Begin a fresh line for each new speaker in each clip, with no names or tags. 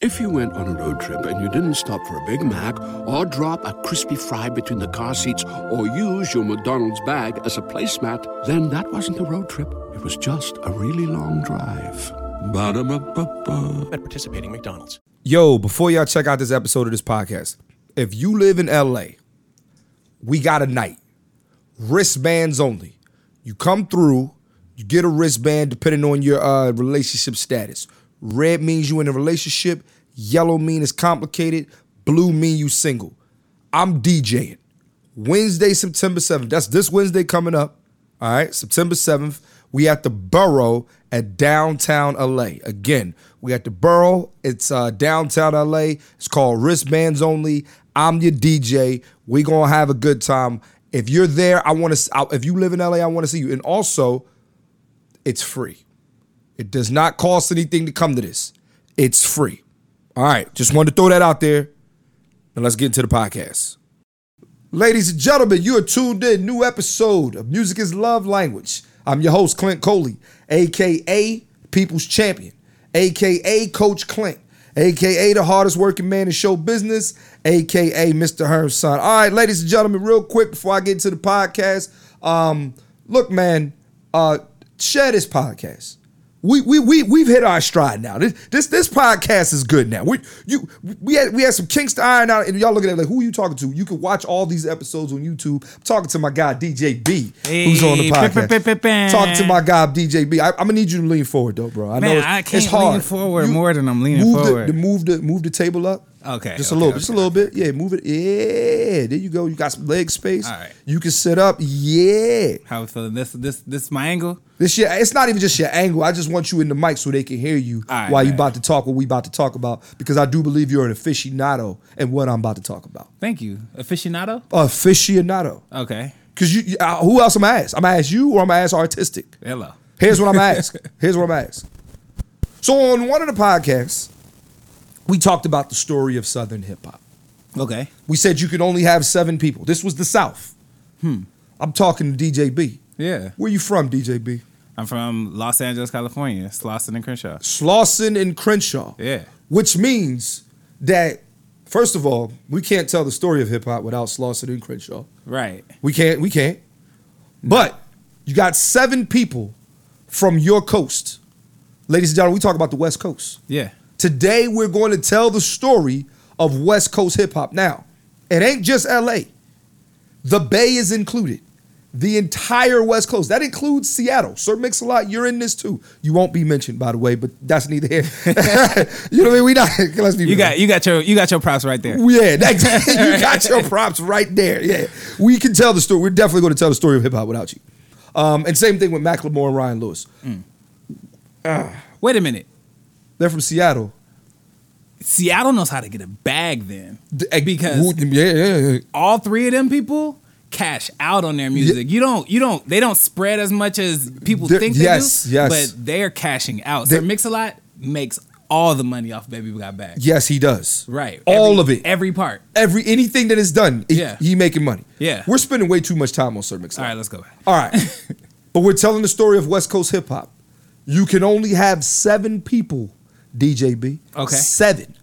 If you went on a road trip and you didn't stop for a Big Mac or drop a crispy fry between the car seats or use your McDonald's bag as a placemat, then that wasn't a road trip. It was just a really long drive. Ba-da-ba-ba-ba.
at participating McDonald's.
Yo, before y'all check out this episode of this podcast, if you live in LA, we got a night. Wristbands only. You come through, you get a wristband depending on your uh, relationship status. Red means you in a relationship, yellow means it's complicated, blue mean you single. I'm DJing. Wednesday, September 7th. That's this Wednesday coming up. All right, September 7th. We at the Borough at downtown LA. Again, we at the Borough. It's uh, downtown LA. It's called Wristbands Only. I'm your DJ. we going to have a good time. If you're there, I want to, if you live in LA, I want to see you. And also, it's free. It does not cost anything to come to this. It's free. All right, just wanted to throw that out there. And let's get into the podcast. Ladies and gentlemen, you are tuned in. New episode of Music is Love Language. I'm your host, Clint Coley, aka People's Champion, aka Coach Clint, aka the hardest working man in show business, aka Mr. Herm's son. All right, ladies and gentlemen, real quick before I get into the podcast, um, look, man, uh, share this podcast. We we we we've hit our stride now. This this this podcast is good now. We you we had we had some kinks to iron out, and y'all looking at it like who you talking to? You can watch all these episodes on YouTube. I'm talking to my guy DJ B, who's on the
Hey, pa- pa- pa-
podcast.
pa-
Talking to my guy DJ B. I, I'm gonna need you to lean forward though, bro. I know
Man,
it's,
I
it's
can't
hard.
lean forward more than I'm leaning
move
forward.
The, the move the move the table up.
Okay,
just a
okay,
little,
okay,
just a little bit. Yeah, move it. Yeah, there you go. You got some leg space.
All right.
You can sit up. Yeah.
How we feeling? This this this my angle.
This your, it's not even just your angle. I just want you in the mic so they can hear you
All right,
while you
man.
about to talk what we about to talk about because I do believe you're an aficionado and what I'm about to talk about.
Thank you, aficionado.
Aficionado.
Okay,
Cause you, you- uh, who else am I ask? I'm gonna ask you or I'm gonna ask artistic.
hello.
Here's what I'm gonna ask. Here's what I'm gonna ask. So on one of the podcasts, we talked about the story of Southern hip hop.
Okay,
We said you could only have seven people. This was the South. Hmm. I'm talking to DJ B.
yeah.
Where you from, DJ B?
I'm from Los Angeles, California, Slauson and Crenshaw.
Slauson and Crenshaw.
Yeah.
Which means that, first of all, we can't tell the story of hip hop without Slauson and Crenshaw.
Right.
We can't, we can't. But you got seven people from your coast. Ladies and gentlemen, we talk about the West Coast.
Yeah.
Today we're going to tell the story of West Coast hip hop. Now, it ain't just LA. The Bay is included. The entire West Coast. That includes Seattle. Sir Mix-a-Lot, you're in this too. You won't be mentioned, by the way, but that's neither here. you know what I mean? We not. Let's be
You got you got your you got your props right there.
yeah, that, you got your props right there. Yeah, we can tell the story. We're definitely going to tell the story of hip hop without you. Um, and same thing with Macklemore and Ryan Lewis.
Wait a minute.
They're from Seattle.
Seattle knows how to get a bag then,
eh, Who-
because
yeah, yeah, yeah.
all three of them people cash out on their music. You don't you don't they don't spread as much as people
They're-
think they
yes,
do.
yes.
But they're cashing out.
They're-
So Mix a Lot makes all the money off Baby Got Back.
Yes, he does.
Right.
All
Every-
of it.
Every part.
Every anything that is done, he-
Yeah.
he, making money.
Yeah.
We're spending way too much time on Sir Mix.
All right, let's go back.
All right. but we're telling the story of West Coast hip hop. You can only have seven people, DJB.
Okay.
Seven.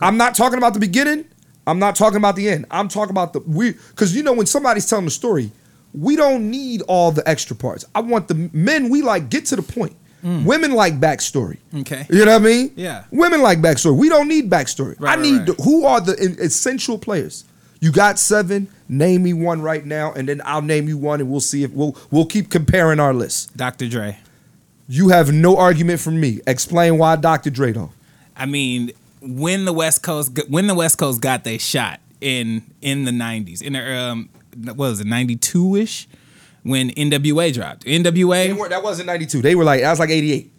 I'm not talking about the beginning. I'm not talking about the end. I'm talking about the we because you know when somebody's telling the story, we don't need all the extra parts. I want the men we like get to the point. Women like backstory.
Mm. Okay.
You know what I mean?
Yeah.
Women like backstory. We don't need backstory.
Right,
I
right,
need
right.
the- who are the in- essential players? You got seven. Name me one right now, and then I'll name you one, and we'll see if we'll we'll keep comparing our list.
Dr. Dre.
You have no argument from me. Explain why Dr. Dre though.
I mean, when the West Coast when the West Coast got they shot in in the nineties, in the um what was it, ninety two ish? When NWA dropped.
They
NWA
were that wasn't ninety two. They were like that was like eighty eight.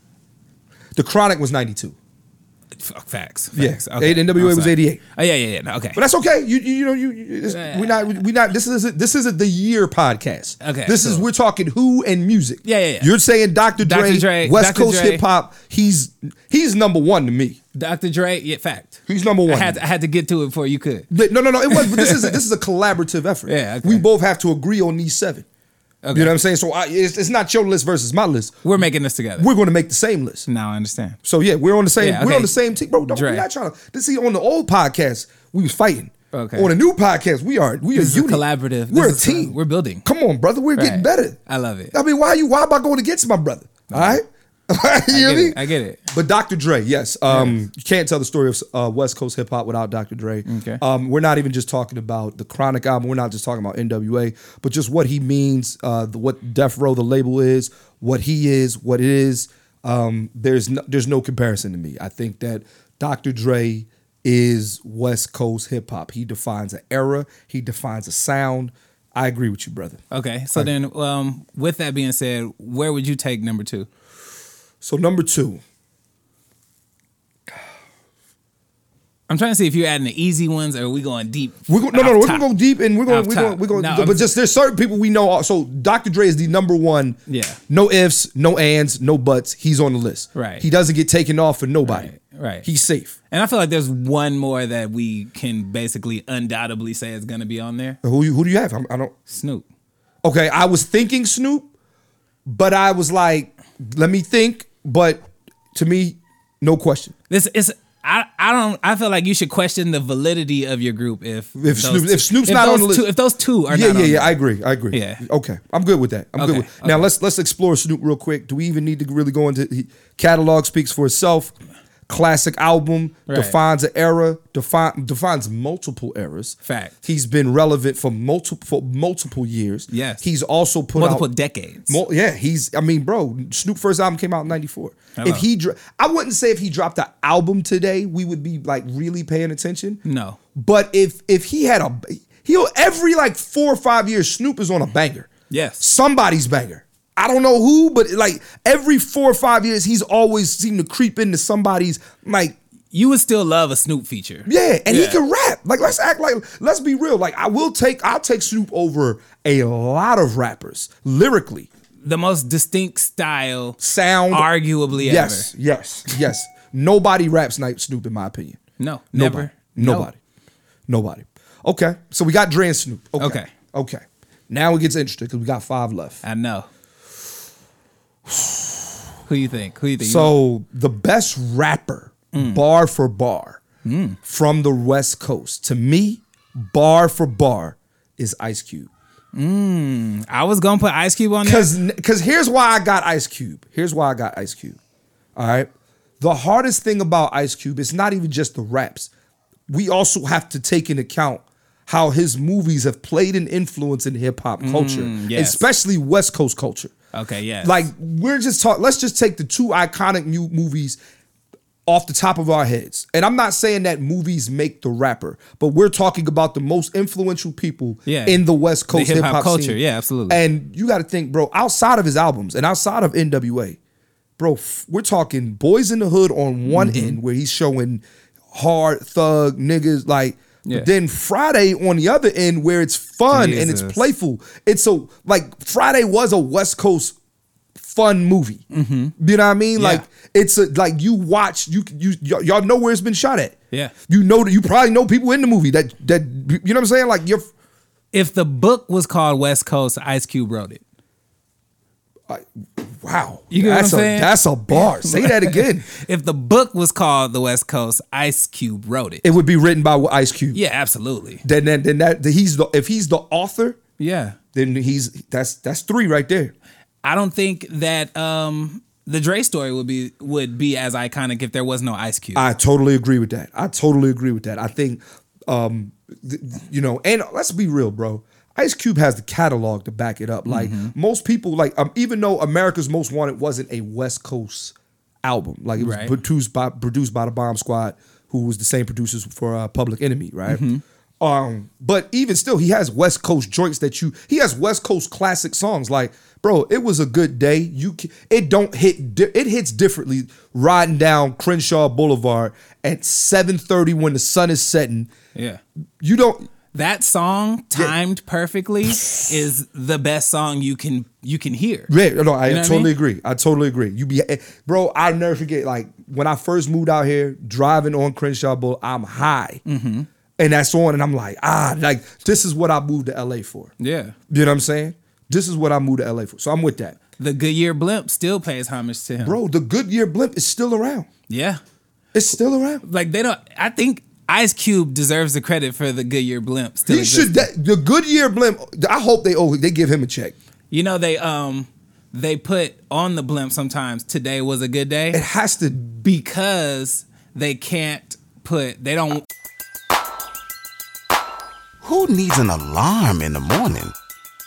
The Chronic was ninety two,
Fuck, facts.
Yeah.
Facts.
NWA
I'm
was
sorry.
88.
Oh yeah, yeah, yeah. No, okay.
but that's okay. You you, you know you, you it's-
Yeah.
we're not we not this is this isn't the year podcast.
Okay,
this is
cool.
we're talking who and music.
Yeah, yeah, yeah.
You're saying Dr. Dre,
Dr. Dre,
West
Dr.
Coast
Dre.
hip hop. He's he's number one to me.
Dr. Dre, yeah, fact.
He's number one.
I had, I had to get to it before you could.
But No, no, no. It was. But this is a, this is a collaborative effort.
Yeah, okay.
we both have to agree on these seven. You
Okay.
know what I'm saying? So I, it's, it's not your list versus my list.
We're making this together.
We're going to make the same list.
now I understand.
So yeah, we're on the same.
Yeah,
We're
okay.
on the same team, bro. Don't, we're
Dre.
not trying to. See, on the old podcast, we was fighting.
Okay.
On the new podcast, we are we
This is
are
a
unit.
collaborative.
We're
This
a
is a-
team.
we're building.
Come on, brother. We're getting
Right.
better.
I love it.
I mean, why you? Why am I going against my brother? All right. you know
I
what
get
I mean?
it. I get it.
But Dr. Dre, yes, um, you can't tell the story of uh, West Coast hip hop without Dr. Dre.
Okay.
Um, we're not even just talking about the Chronic album. We're not just talking about NWA, but just what he means, uh, the, what Death Row, the label is, what he is, what it is. Um, there's no, there's no comparison to me. I think that Dr. Dre is West Coast hip hop. He defines an era. He defines a sound. I agree with you, brother.
Okay. So then, um, with that being said, where would you take number two?
So number two,
I'm trying to see if you're adding the easy ones or are we going deep?
We're go, no,
off
no, no. We're
top?
gonna go deep, and we're gonna
Off
we're
top.
gonna we're gonna.
No,
but
I'm-
just there's certain people we know. So Dr. Dre is the number one.
Yeah.
No ifs, no ands, no buts. He's on the list.
Right.
He doesn't get taken off for nobody.
Right, right.
He's safe.
And I feel like there's one more that we can basically undoubtedly say is going to be on there.
Who you, who do you have? I'm, I don't.
Snoop.
Okay, I was thinking Snoop, but I was like, let me think. But to me, no question.
This is I I don't I feel like you should question the validity of your group if
If
those
Snoop-
two-
if Snoop's not
those
on the list-
two, if those two are
yeah,
not
yeah,
on
yeah.
there.
I agree. I agree.
Yeah.
Okay. I'm good with that. I'm
Okay,
good with now.
okay.
Let's let's explore Snoop real quick. Do we even need to really go into he, catalog? Speaks for itself. Classic album
Right.
defines an era. Define defines multiple eras.
Fact.
He's been relevant for multiple for multiple years.
Yes.
He's also put
multiple
out
decades.
Mo- yeah, he's. I mean, bro, Snoop first album came out in '94.
Hello.
If he, dro- I wouldn't say if he dropped an album today, we would be like really paying attention.
No.
but if if he had a, he'll every like four or five years, Snoop is on a banger.
yes.
Somebody's banger. I don't know who, but like every four or five years, he's always seemed to creep into somebody's like
You would still love a Snoop feature.
yeah, and he
Yeah.
can rap. Like let's act like let's be real. Like I will take I'll take Snoop over a lot of rappers lyrically.
The most distinct style
Sound
arguably
Yes, yes, yes. Nobody raps like Snoop, in my opinion.
ever. No.
Nobody.
Never.
Nobody. Nobody. Okay. So we got Dre and Snoop. Okay. Okay.
Okay.
Now it gets interesting because we got five left.
No. I know. Who you think? Who you Mm. think?
So the best rapper, bar for bar,
Mm.
from the West Coast, to me, bar for bar, is Ice Cube.
I was gonna put Ice Cube on there.
Cause, cause here's why I got Ice Cube. Here's why I got Ice Cube. All right. The hardest thing about Ice Cube is not even just the raps. We also have to take into account how his movies have played an influence in hip hop culture,
Mm, yes.
especially West Coast culture.
Okay, yeah.
Like we're just talking. Let's just take the two iconic mu- movies off the top of our heads. And I'm not saying that movies make the rapper, but we're talking about the most influential people
Yeah.
in the West Coast
hip-hop
hip hop
culture.
Scene.
Yeah, absolutely.
And you got to think, bro, outside of his albums and outside of NWA, bro, f- we're talking Boys in the Hood on one
Mm-hmm.
end where he's showing hard thug niggas like
Yeah.
but then Friday on the other end where it's fun and it's
Jesus.
playful. It's a like Friday was a West Coast fun movie. You know what I mean?
Mm-hmm. Yeah.
Like it's a like you watch you you y- y'all know where it's been shot at.
Yeah.
You know that you probably know people in the movie that that you know what I'm saying? Like you're
if the book was called West Coast, Ice Cube wrote it.
wow.
You get what
that's
I'm
a
saying?
that's a bar. Say that again.
If the book was called The West Coast, Ice Cube wrote it.
It would be written by Ice Cube.
yeah, absolutely.
Then then then that he's the if he's the author,
Yeah.
then he's that's that's three right there.
I don't think that um the Dre story would be would be as iconic if there was no Ice Cube.
I totally agree with that. I totally agree with that. I think, um, th- th- you know, and let's be real, bro. Ice Cube has the catalog to back it up. Like
Mm-hmm.
most people, like um, even though America's Most Wanted wasn't a West Coast album, like it was
Right.
produced by produced by the Bomb Squad, who was the same producers for uh, Public Enemy, right? Um, but even still, he has West Coast joints that you. He has West Coast classic songs like, bro, it was a good day. You ca- it don't hit. Di- it hits differently riding down Crenshaw Boulevard at seven thirty when the sun is setting.
yeah.
You don't.
That song timed perfectly is the best song you can you can hear.
Yeah, no, I
You know what I
totally
mean?
agree. I totally agree. You be, eh, bro. I never forget. Like when I first moved out here, driving on Crenshaw Bowl, I'm high,
Mm-hmm.
and that's on, and I'm like, ah, like this is what I moved to LA for.
Yeah.
You know what I'm saying? This is what I moved to LA for. So I'm with that.
The Goodyear blimp still pays homage to him.
Bro, the Goodyear blimp is still around.
Yeah.
It's still around.
Like they don't I think Ice Cube deserves the credit for the Goodyear blimp still.
He should
exists.
that, the Goodyear blimp. I hope they owe they give him a check.
You know they um they put on the blimp sometimes today was a good day
It has to
because they can't put they don't
Who needs an alarm in the morning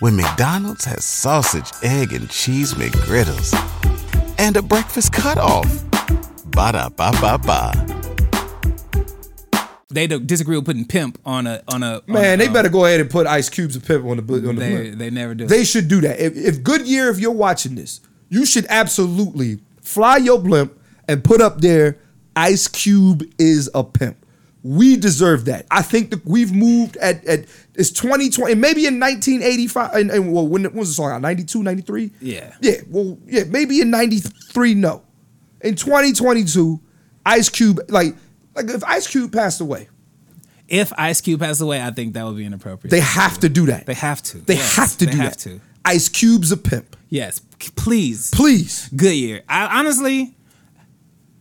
when McDonald's has sausage, egg, and cheese McGriddles and a breakfast cutoff? Ba da ba ba ba.
they don't disagree with putting pimp on a on a on a,
man. They
um,
better go ahead and put Ice Cubes and Pip on the bu- on the
they,
blimp.
they never do
They should do that. If, if Goodyear, if you're watching this, you should absolutely fly your blimp and put up there. Ice Cube is a pimp. We deserve that. I think that we've moved at, at it's 2020, and maybe in 1985, and, and well, when, when was the song out? 92, 93?
Yeah.
Yeah, well, yeah, maybe in 93, no. In 2022, Ice Cube, like, like if Ice Cube passed away,
if Ice Cube passed away I think that would be inappropriate
they have to do that.
They have to.
They
Yes,
have to
they
do
have
that.
to.
Ice Cube's a pimp.
yes C- please
Please.
Goodyear I honestly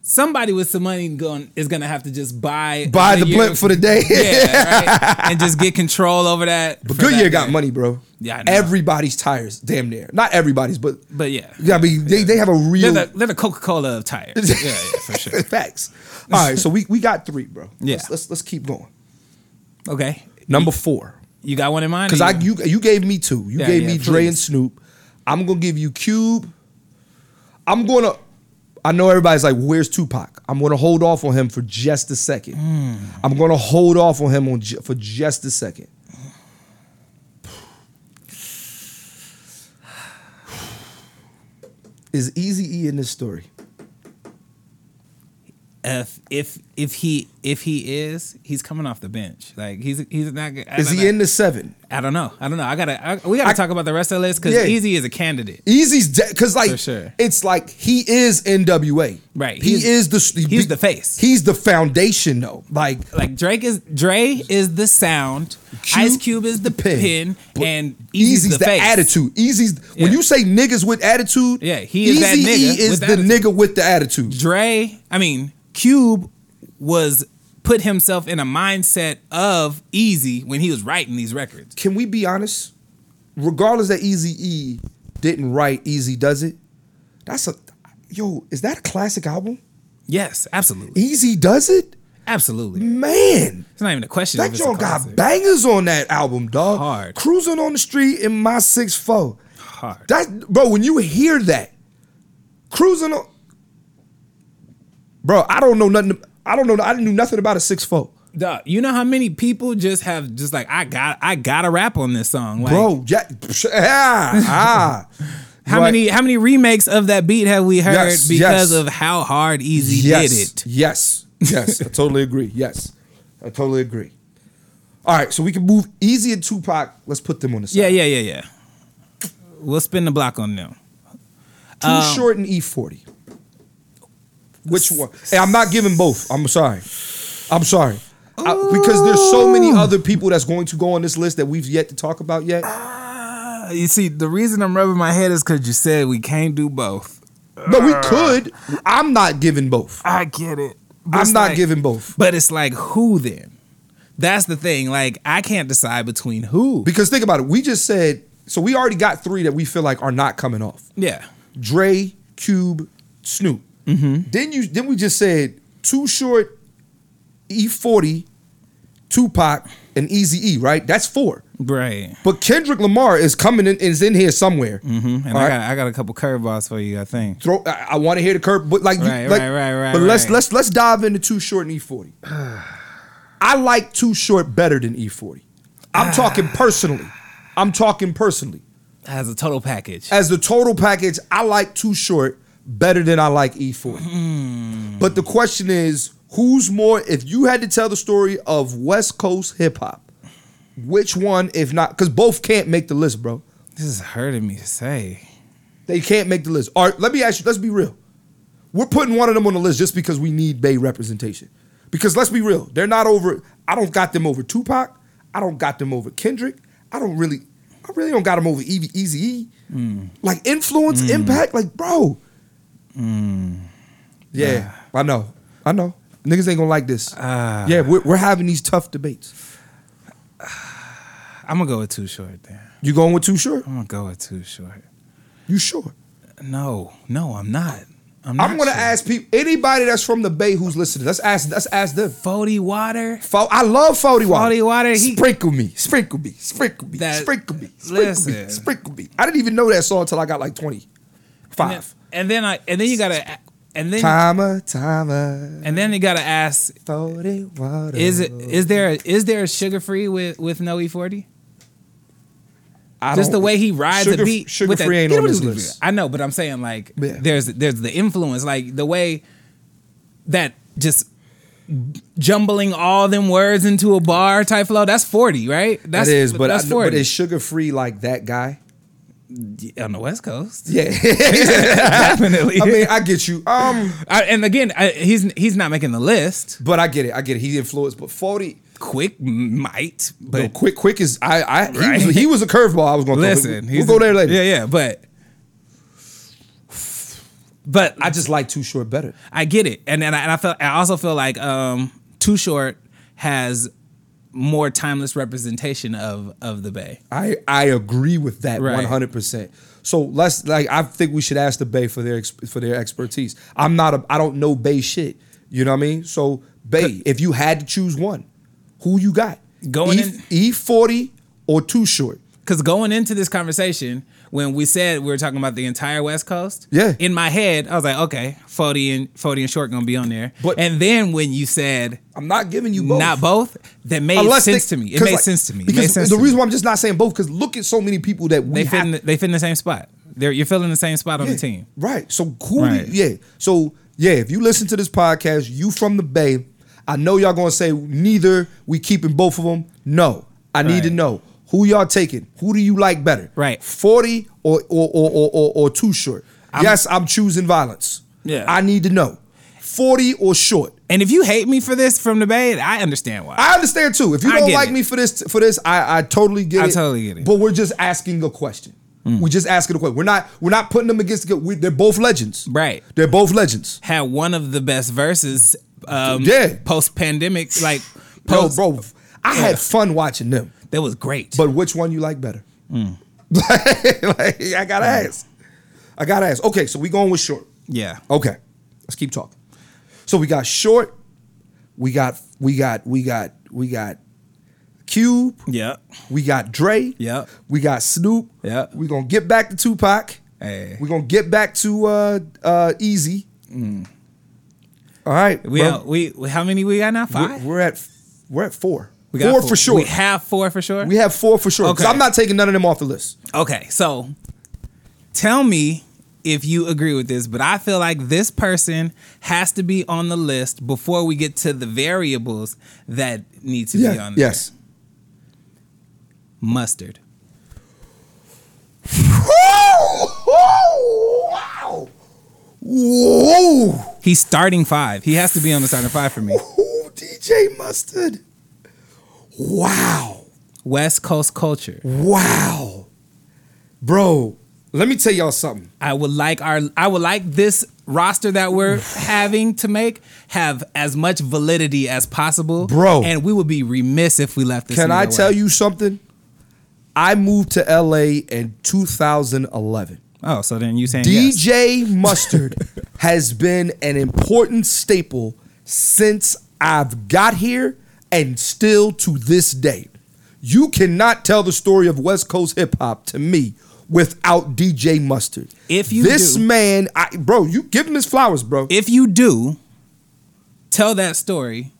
somebody with some money going is gonna have to just buy a
Buy the
Goodyear-
blimp for the day.
yeah right? and just get control over that
But
for that
Goodyear got
day.
money, bro.
Yeah, I know.
everybody's tires, damn near. Not everybody's, but
but yeah
yeah, I mean they, they have a
they're
real
the, they're the Coca Cola of tires yeah, yeah for sure
facts. All right, so we we got three, bro.
Yeah.
let's let's, let's keep going.
okay
Number four,
you got one in mind or
because I
you-
you you gave me two. You
Yeah,
gave
yeah,
me Dre and
please.
Snoop. I'm gonna give you Cube. I'm gonna. I know everybody's like, "Where's Tupac?" I'm gonna hold off on him for just a second.
Hmm.
I'm gonna hold off on him on ju- for just a second. Is Easy E in this story?
if if if he if he is he's coming off the bench like he's he's not good. I
Is
don't
he
know.
in the seven?
I don't know I don't know I gotta I, we gotta
I-
talk about the rest of the list because
Yeah.
Easy is a candidate
Easy's because
For
like
sure.
it's like he is NWA.
Right.
He
He's-
is the
he's the face.
He's the foundation though. Like
like Drake is Dre is the sound
Cube-
Ice Cube is the,
pin.
pin,
But
and Easy's,
Easy's, the,
face
attitude. Easy's
Yeah.
when you say niggas with attitude.
Yeah, he is that
Eazy-E
nigga
is
with
the
attitude.
nigga with the attitude.
Dre I mean Cube was put himself in a mindset of Easy when he was writing these records
Can we be honest? Regardless that Easy E didn't write Easy Does It, that's a yo. Is that a classic album?
yes absolutely
Easy Does It,
absolutly
man.
it's not even a question
That
if it's a
joint got
classic.
bangers on that album, dog.
Hard.
Cruising on the street in my six four.
hard
That bro, when you hear that, cruising on, bro, I don't know nothing. I don't know. I didn't do nothing about a six four,
Duh, you know how many people just have just like I got I got to rap on this song, like,
bro. Yeah, ah, ah.
How
Right.
many how many remakes of that beat have we heard
Yes, yes.
because of how hard Easy
yes,
did it?
yes, yes. I totally agree. Yes, I totally agree. All right, so we can move Easy and Tupac. Let's put them on the side.
Yeah, yeah, yeah, yeah. We'll spin the block on them.
Too short and E forty. Which one? Hey, I'm not giving both. I'm sorry. I'm sorry. I- because there's so many other people that's going to go on this list that we've yet to talk about yet.
Uh, you see, the reason I'm rubbing my head is because you said we can't do both.
But we could. I'm not giving both.
I get it. But
I'm
it's
not
like-
giving both.
But it's like who then? That's the thing. Like I can't decide between who.
Because think about it. We just said so we already got three that we feel like are not coming off.
yeah.
Dre, Cube, Snoop. Then you then we just said Too Short, E forty, Tupac, and Easy E, right? That's four.
Right.
But Kendrick Lamar is coming in is in here somewhere.
Mm-hmm. And
All
I
right.
got I got a couple curveballs for you, I think.
Throw I, I want to hear the curb, but like, you-
Right,
like-
right, right, right,
But let's
right.
let's let's dive into Too Short and E forty. I like Too Short better than E forty. I'm talking personally. I'm talking personally.
As a total package.
As the total package, I like Too Short better than I like E forty.
Hmm.
But the question is, who's more? If you had to tell the story of West Coast hip hop, which one, if not, because both can't make the list, bro.
This is hurting me to say.
They can't make the list. All right, let me ask you, let's be real. We're putting one of them on the list just because we need Bay representation. Because let's be real, they're not over. I don't got them over Tupac. I don't got them over Kendrick. I don't really. I really don't got them over Easy E.
Hmm.
Like influence, impact, like bro.
Hmm.
Yeah, I know, I know. Niggas ain't gonna like this.
Ah. Uh,
yeah, we're, we're having these tough debates.
I'm gonna go with too short there.
You going with too short?
I'm gonna go with too short.
You sure?
No, no, I'm not. I'm, not
I'm gonna
sure.
ask people. Anybody that's from the Bay who's listening, let's ask. Let's ask them.
Fody Water.
Fo- I love Fody Water.
Fody Water, he-
sprinkle me, sprinkle me, sprinkle me,
That-
sprinkle me, sprinkle me,
listen.
sprinkle me. I didn't even know that song until I got like twenty five.
And then I and then you gotta and then
Timer, timer,
and then you gotta ask
Fody Water.
is it is there a, is there a sugar free with with no E forty?
I
Just
don't-
the way he rides
Sugar-
the beat.
Sugar
with that-
free ain't on this list.
I know, but I'm saying like
Yeah.
there's there's the influence, like the way that just jumbling all them words into a bar type flow. That's forty, right? That's,
That is, but
that's
I,
forty
but is sugar free like that guy?
on the West Coast.
Yeah,
Definitely.
I mean, I get you. Um,
I- and again, I, he's he's not making the list.
but I get it. I get it. He influenced, but Fody.
Quick m- might,
But
but
quick, quick is I. I he,
Right.
was, he was a curveball. I was going to
listen,
We'll go there later.
Yeah, yeah, but but
I
I
just like Too Short better.
I get it, and and I, and I feel I also feel like um Too Short has more timeless representation of of the Bay.
I I agree with that
Right.
one hundred percent. So let's like I think we should ask the Bay for their ex- for their expertise. I'm not a I don't know Bay shit. You know what I mean? So Bay, if you had to choose one, who you got?
Going
E,
in-
E forty or Too Short?
Because going into this conversation, when we said we were talking about the entire West Coast,
Yeah.
in my head I was like, okay, Fody and Fody and Short gonna be on there.
But-
and then when you said
I'm not giving you both.
not both, that made
they-
sense to me. It
'cause,
made
like,
sense to me. It
Because
made sense
the
to me.
reason why I'm just not saying both because look at so many people that we
they fit
have
in the, they fit in the same spot. They're, you're filling the same spot on
Yeah,
the team.
Right. So who
Right.
do you, yeah. So yeah, if you listen to this podcast, you from the Bay, I know y'all gonna say neither. We keeping both of them. No, I need to
Right.
know who y'all taking. Who do you like better?
Right.
Forty or or or or, or, or too short. yes, I'm choosing violence.
Yeah.
I need to know forty or short.
And if you hate me for this from the Bay, I understand why.
I understand too. If you
I
don't
get
like
it.
me for this, for this, I, I totally get
I
it.
totally get it. Mm.
But we're just asking a question. We're just asking a question. We're not we're not putting them against. We, they're both legends.
Right.
They're both legends.
Had one of the best verses. Um,
Yeah.
Post pandemic, like
Yo,
post,
bro, I had fun watching them.
that was great.
But which one you like better?
Mm.
like, I gotta ask. I gotta ask. Okay, so we going with short.
yeah,
Okay, let's keep talking. So we got short. We got we got we got we got Cube.
yeah.
We got Dre.
Yep.
We got Snoop.
Yep.
We're gonna get back to Tupac.
Hey.
We're gonna get back to uh uh Easy. All right.
Mm. We,
bro.
out- we we- how many we got now?
we're,
Five.
we're at we're at four.
We got
four, for sure.
We have four for sure.
We have four for sure. Because
Okay.
I'm not taking none of them off the list.
okay, so tell me if you agree with this, but I feel like this person has to be on the list before we get to the variables that need to be on. there.
Yes.
mustard.
Wow. Whoa.
He's starting five. He has to be on the starting five for me.
Ooh, DJ Mustard. Wow.
West Coast culture.
Wow. Bro, let me tell y'all something.
I would like our I would like this roster that we're having to make have as much validity as possible.
Bro.
And we would be remiss if we left this.
Can I
another
tell
way.
you something? I moved to LA in 2011.
Oh, so then you saying yes.
DJ Mustard has been an important staple since I've got here and still to this day. You cannot tell the story of West Coast hip hop to me without DJ Mustard.
If you
this
do-
man, I, bro, you give him his flowers, bro,
If you do tell that story,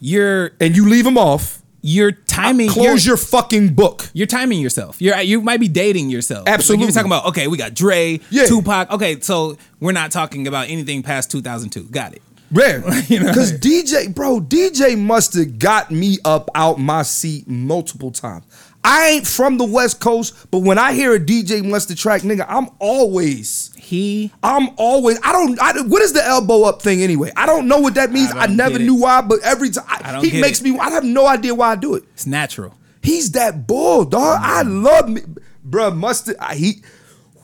you're
and you leave him off.
you're timing your-
Close your fucking book.
You're timing yourself. You're you might be dating yourself.
Absolutely.
Like, you're talking about okay, we got Dre,
Yeah.
Tupac. Okay, so we're not talking about anything past 2002. Got it.
Rare.
You know?
Because DJ, bro, DJ Mustard got me up out my seat multiple times. I ain't from the West Coast, but when I hear a DJ Mustard track, nigga, I'm always,
He
I'm always, I don't, I, what is the elbow up thing anyway? I don't know what that means.
I
I,
don't
never
get it.
knew why, but every time,
I don't
he
get
makes
it.
me, I have no idea why I do it.
it's natural.
He's that bull, dog. I love me, bro. Mustard, I, he,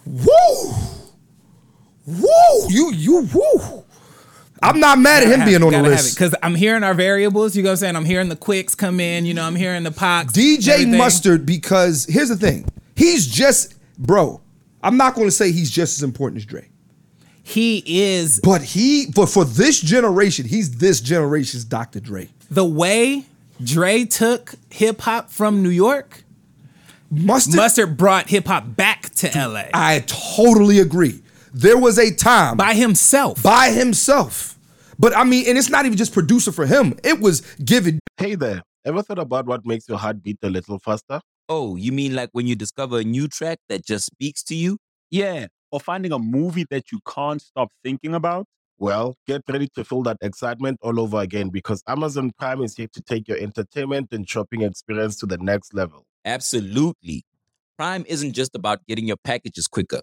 woo, woo. You, you, woo. I'm not mad at him being on the list.
because I'm hearing our variables. You know what I'm saying? I'm hearing the quicks come in. You know, I'm hearing the pox.
DJ
everything.
Mustard, because here's the thing. He's just, bro. I'm not going to say he's just as important as Dre,
He is
but he, but for this generation, he's this generation's Dr. Dre.
the way Dre took hip hop from New York.
Mustard,
Mustard brought hip hop back to LA
I totally agree. There was a time
by himself.
by himself. But I mean, and it's not even just producer for him. It was giving
Hey there, ever thought about what makes your heart beat a little faster?
Oh, you mean like when you discover a new track that just speaks to you?
Yeah, or finding a movie that you can't stop thinking about? Well, get ready to feel that excitement all over again because Amazon Prime is here to take your entertainment and shopping experience to the next level.
Absolutely. Prime isn't just about getting your packages quicker,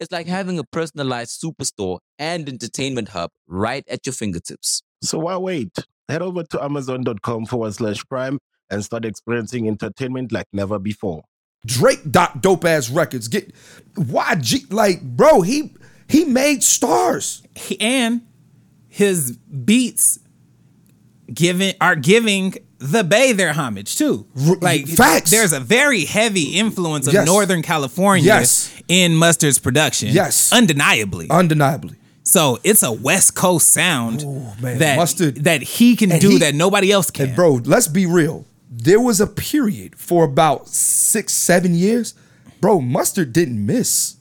It's like having a personalized superstore and entertainment hub right at your fingertips.
So why wait? Head over to amazon.com forward slash prime and start experiencing entertainment like never before.
Drake dot dope ass records. Get YG like bro, he he made stars.
He- and his beats giving are giving the Bay their homage too.
R-
Like
facts.
There's a very heavy influence of
Yes.
Northern California
Yes.
in Mustard's production.
Yes.
undeniably.
Undeniably.
so it's a West Coast sound
Oh, man.
that
Mustard-
that he can
and
do
he-
that nobody else can.
And bro, let's be real. There was a period for about six, seven years. Bro, Mustard didn't miss.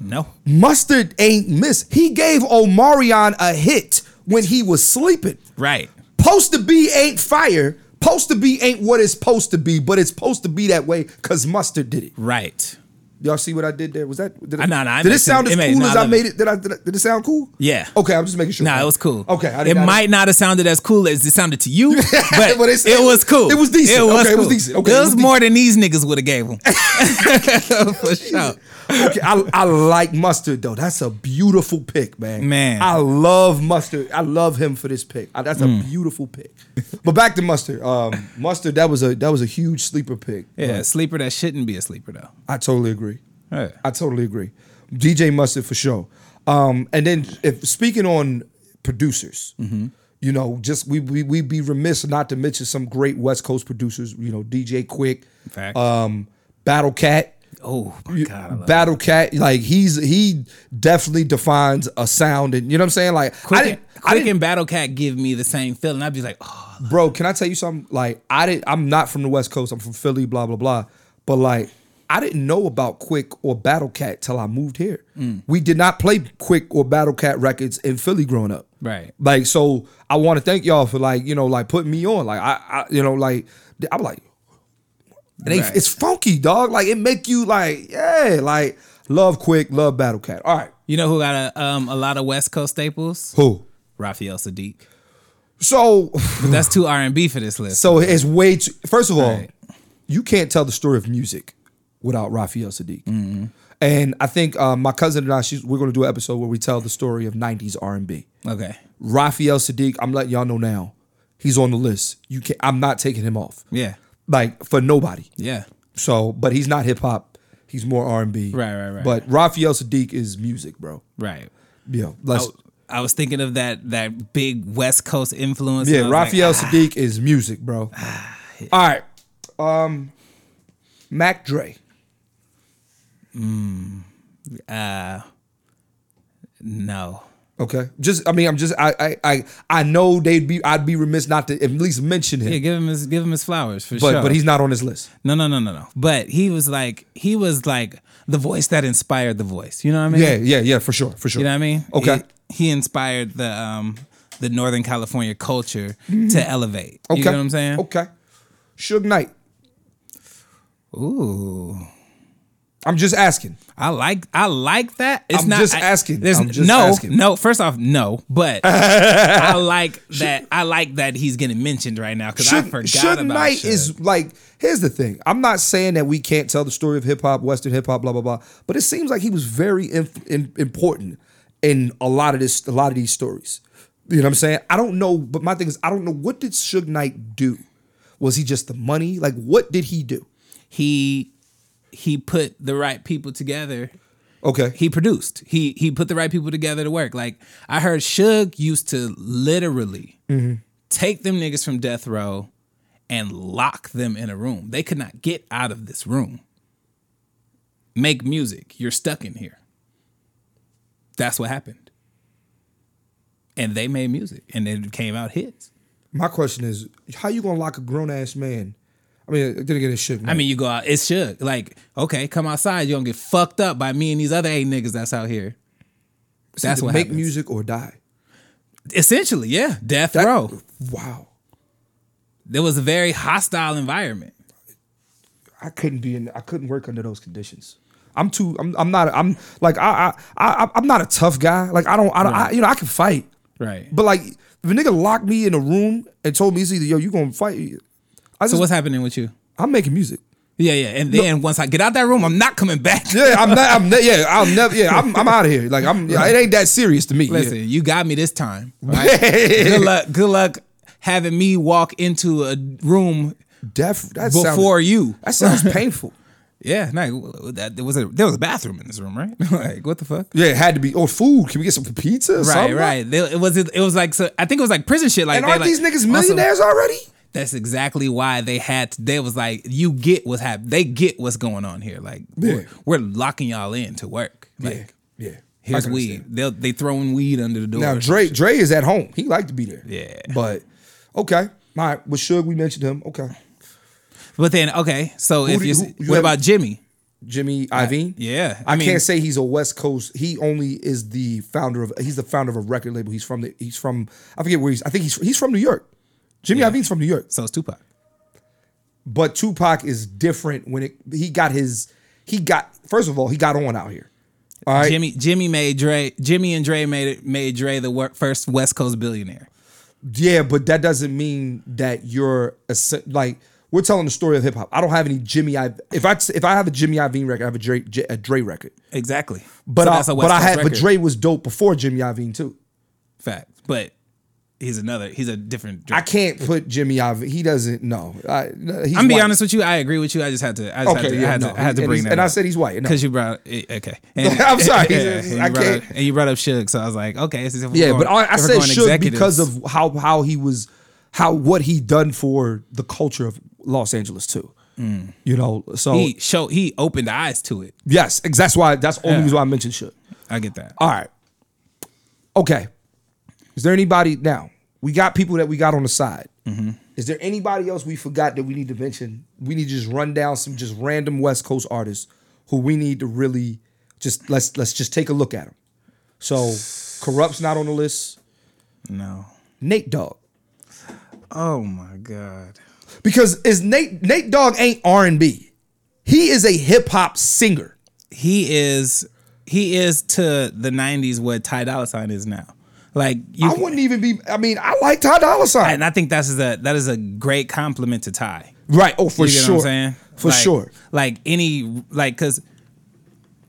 no,
Mustard ain't miss. He gave Omarion a hit when he was sleeping.
right.
Post to be ain't fire. Post to be ain't what it's supposed to be, but it's supposed to be that way because Mustard did it.
Right.
Y'all see what I did there? Was that did,
I-
I,
nah, nah, I
did
made
it sound
it-
as
it made-
cool
nah,
as
I
I
love
made it? Did I did, I, did it sound cool?
Yeah.
Okay, I'm just making sure.
No, it was cool.
Okay, I
it
didn't- I
might not have sounded as cool as it sounded to you, but,
But it's-
it was cool.
it was decent. Okay, it was
cool.
decent. Okay,
it
it
was,
was
more than these niggas would have gave him. For sure.
Okay, I, I like mustard though. That's a beautiful pick, man.
Man.
I love mustard. I love him for this pick. I- that's
Mm.
a beautiful pick. But back to mustard. Um, mustard. That was a that was a huge sleeper pick.
Yeah, sleeper that shouldn't be a sleeper though.
I totally agree.
Yeah.
I totally agree. DJ Mustard for sure. Um, and then if speaking on producers,
Mm-hmm.
you know, just we we we'd be remiss not to mention some great West Coast producers. You know, DJ Quick,
Facts.
um, Battle Cat.
Oh my
You-
god, I love
Battle Cat, like he's he definitely defines a sound, and you know what I'm saying. Like, I
Quick,
didn't,
and,
I
Quick
didn't,
and Battle Cat give me the same feeling. I'd be like, oh,
bro. Can I tell you something? Like, I didn't. I'm not from the West Coast. I'm from Philly. Blah blah blah. But like, I didn't know about Quick or Battle Cat till I moved here.
Mm.
We did not play Quick or Battle Cat records in Philly growing up.
Right.
Like, so I want to thank y'all for like you know like putting me on. Like, I, I you know like I'm like They-
Right.
It's funky, dog. Like it make you like, yeah, like love quick, love battle cat. All right,
you know who got a, um, a lot of West Coast staples?
who?
Raphael Sadiq.
So,
But that's too R and B for this list.
so it's way too. First of all,
Right.
you can't tell the story of music without Raphael Sadiq. And I think uh, my cousin and I, she's, we're going to do an episode where we tell the story of '90s R&B.
Okay.
Raphael Sadiq, I'm letting y'all know now, he's on the list. You can not I'm not taking him off.
Yeah.
like for nobody.
Yeah.
So, but he's not hip hop. He's more R and B.
Right, right, right.
But Raphael Sadiq is music, bro.
Right.
Yeah, let's.
I was thinking of that that big West Coast influence.
yeah,
and I was
Raphael
Like, "Ah."
Sadiq is music, bro. All right, um, Mac Dre. Uh,
no.
Okay, just I mean, I'm just I I I, I know they'd be I'd be remiss not to at least mention him,
Yeah, give him his give him his flowers for
but
sure.
but he's not on this list.
no no no no no. But he was like he was like the voice that inspired the voice. You know what I mean?
Yeah, yeah, yeah, for sure, for sure.
You know what I mean?
Okay.
He, he inspired the um the Northern California culture to elevate.
Mm-hmm. Okay,
You know what I'm saying?
Okay, Suge Knight.
Ooh.
I'm just asking.
I like I like that. It's
I'm
not
just
I-
asking.
There's
I'm just
no
asking.
no. First off, no. But I like that. I like that he's getting mentioned right now because I
Suge,
forgot
Suge
about
Knight
Suge.
is like. Here's the thing. I'm not saying that we can't tell the story of hip hop, Western hip hop, blah blah blah. But it seems like he was very inf- in, important in a lot of this, a lot of these stories. You know what I'm saying? I don't know, but my thing is, I don't know what did Suge Knight do. Was he just the money? Like, what did he do?
he he put the right people together.
Okay,
He produced. He he put the right people together to work. Like I heard, Suge used to literally take them niggas from death row and lock them in a room. They could not get out of this room. Make music. You're stuck in here. That's what happened. And they made music, and it came out hits.
my question is, how you gonna lock a grown ass man? I mean, didn't get his Suge Knight.
I mean, you go out, it's shook. Like, okay, come outside. You're gonna get fucked up by me and these other eight niggas that's out here. That's
Either
what
make
happens.
music or die.
Essentially, yeah. Death
That-
row.
Wow,
There was a very hostile environment.
I couldn't be in. I couldn't work under those conditions. I'm too. I'm. I'm not. I'm like. I. I. I I'm not a tough guy. Like I don't. I. don't I you know. I can fight.
Right.
But like, if a nigga locked me in a room and told me, "It's either yo, you gonna fight." I just.
so what's happening with you?
I'm making music.
Yeah, yeah. And then once I get out that room, I'm not coming back.
Yeah. I'm not. I'm. Ne- yeah. I'll never. Yeah. I'm. I'm out of here. Like I'm. yeah, it ain't that serious to me.
Listen, you got me this time. right? good luck. Good luck having me walk into a room
Death. That sounds-
before you.
That sounds painful.
Yeah, no, that, there was a there was a bathroom in this room, right? like, what the fuck?
Yeah. It had to be. Or food. Can we get some pizza? Or
Right,
something?
right. They- it was it was like so. I think it was like prison shit. Like
And
they,
aren't
like,
these niggas
also-
millionaires already?
that's exactly why they had. To, they was like, you get what's happening. They get what's going on here. Like we're, we're locking y'all in to work. Like
Yeah.
here's
can
weed. They they throwing weed under the door.
Now Dre Dre is at home. He liked to be there.
Yeah.
But okay. All right. With Suge, we mentioned him. Okay.
But then okay, so if
do you-
you,
who- you
what
have-
about Jimmy?
Jimmy Iovine.
yeah.
I,
I mean-
can't say he's a West Coast. He only is the founder of he's the founder of a record label. He's from the he's from I forget where he's I think he's he's from New York. Jimmy Iovine's from New York.
So it's Tupac.
But Tupac is different when it he got his he got first of all, he got on out here. All right.
Jimmy Jimmy made Dre. Jimmy and Dre made it made Dre the wor- first West Coast billionaire.
Yeah, but that doesn't mean that you're a, se- like we're telling the story of hip hop. I don't have any Jimmy. I if I if I have a Jimmy Iovine record, I have a Dre, J- a Dre record.
Exactly.
But
So
I,
that's a West
but I
Coast
had but
record.
Dre was dope before Jimmy Iovine too.
fact. But he's another. He's a different. Dre.
I can't put Jimmy Iovine. He doesn't know. I'm
I'm be honest with you. I agree with you. I just had to. I just
Okay,
had to,
yeah,
I had,
no,
to, I had to
and
bring
he's-
that.
and I
up.
said he's white, no.
because you brought. eh, Okay, And-
I'm sorry.
and,
I
you brought
can't-
Up, and you brought up Suge, so I was like, okay, this is if we're
Yeah,
going-
but I, I
if we're
said
going
should because
executives.
of how how he was how what he done for the culture of Los Angeles too. You know, so
Mm. he show he opened eyes to it.
yes, ex- that's why that's the only
Yeah.
reason why I mentioned should.
I get that.
All right. Okay. Is there anybody now? We got people that we got on the side.
Mm-hmm.
Is there anybody else we forgot that we need to mention? We need to just run down some just random West Coast artists who we need to really just let's let's just take a look at them. So corrupt's not on the list.
No.
Nate Dogg
Oh my god.
because is Nate Nate Dogg ain't R and B. He is a hip hop singer.
He is. He is to the '90s what Ty Dolla Sign is now. Like you.
I
can-
wouldn't even be. I mean, I like Ty Dolla Sign.
and I think that's a that is a great compliment to Ty.
Right. Oh, for
you get
sure.
What I'm saying?
For
Like-
sure.
Like any like because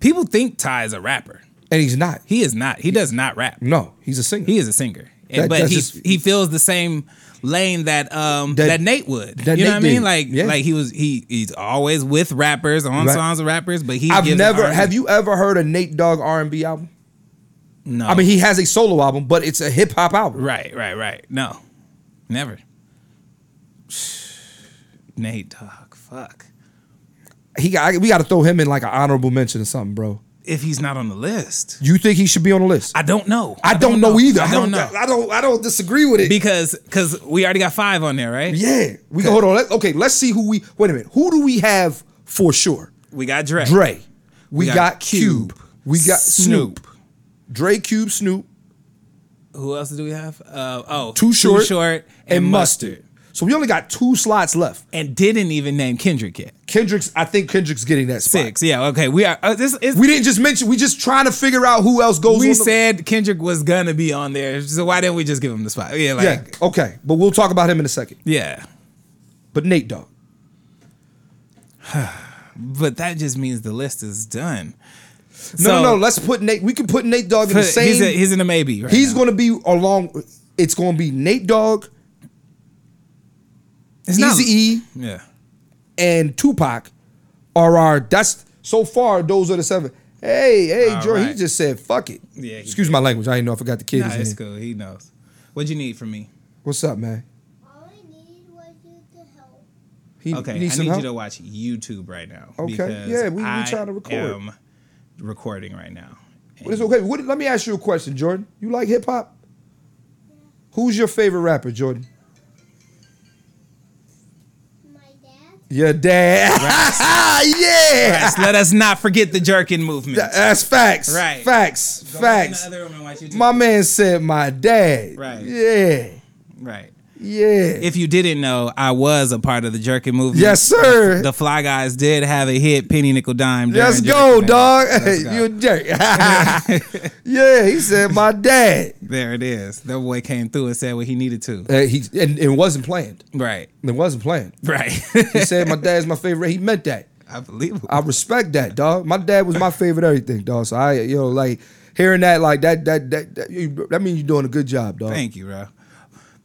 people think Ty is a rapper.
And he's not.
He is not. He does not rap.
No, he's a singer.
He is a singer, And-
That-
but
that's
he
just-
he feels the same lane that um
That-
that, Nate would.
that
you
Nate
know what I
did.
mean? Like
Yeah.
like he was he he's always with rappers on
Right.
songs with rappers, but he
I've
gives
never.
R&B.
Have you ever heard a Nate Dogg R and B album?
No.
I mean, he has a solo album, but it's a hip hop album.
right, right, right. No, never. Nate Dogg, fuck.
He got. We got to throw him in like an honorable mention or something, bro.
If he's not on the list,
You think he should be on the list?
I don't know.
I don't, know, either.
I don't know.
I don't. I don't disagree with it.
because because we already got five on there, right?
yeah, we can hold on. Let, okay, let's see who we. Wait a minute. Who do we have for sure?
We got Dre.
Dre. We,
We
got,
got
Cube.
Cube.
We got Snoop.
Snoop.
Dre, Cube, Snoop.
Who else do we have? Uh, oh,
Too Short
Short,
and
and
Mustard.
Mustard.
So we only got two slots left.
and didn't even name Kendrick yet.
Kendrick's, I think Kendrick's getting that spot.
Six. Yeah. Okay. We are. Uh, this is.
We didn't just mention. We just trying to figure out who else goes.
we
on the-
said Kendrick was gonna be on there, so why didn't we just give him the spot? Yeah, like yeah.
yeah, okay, but we'll talk about him in a second. But Nate Dogg,
But that just means the list is done.
no, no, no. Let's put Nate. We can put Nate Dogg in the same.
he's, a, he's in a maybe. Right
he's
now.
going to be along. It's going to be Nate Dogg,
It's not-
Easy E,
Yeah.
and Tupac are our. That's so far. Those are the seven. Hey, hey,
All
Jordan.
right.
He just said, "Fuck it."
Yeah, he
Excuse my language. I didn't know I forgot the kid.
Nah,
his
it's
name.
cool. He knows. What'd you need from me?
What's up, man?
All I need was you to help.
He, you
Okay,
need
I
some
need
help?
you to watch YouTube right now.
Okay,
because
yeah, we- we
I
trying to record.
am recording right now.
But it's okay. What, let me ask you a question, Jordan. You like hip hop? Who's your favorite rapper, Jordan?
My dad.
Your dad. yeah.
Yes, let us not forget the jerking movement.
Th- That's facts.
Right.
Facts.
Go back in
eh, facts.
the other room and watch YouTube.
My man said my dad.
Right.
Yeah.
right.
Yeah.
If you didn't know, I was a part of the jerking movement.
yes, sir.
The Fly Guys did have a hit, Penny Nickel Dime. during
Let's
Jerkin
go,
Day.
dog.
Let's go.
you a jerk. yeah, he said my dad.
There it is. That boy came through and said what he needed to.
Uh, he and it wasn't planned.
Right.
It wasn't planned.
Right.
He said my dad's my favorite. He meant that.
I believe it.
I respect that, dog. My dad was my favorite everything, dog. So I, you know, like hearing that, like that, that, that, that, you- that means you're doing a good job, dog.
Thank you, bro.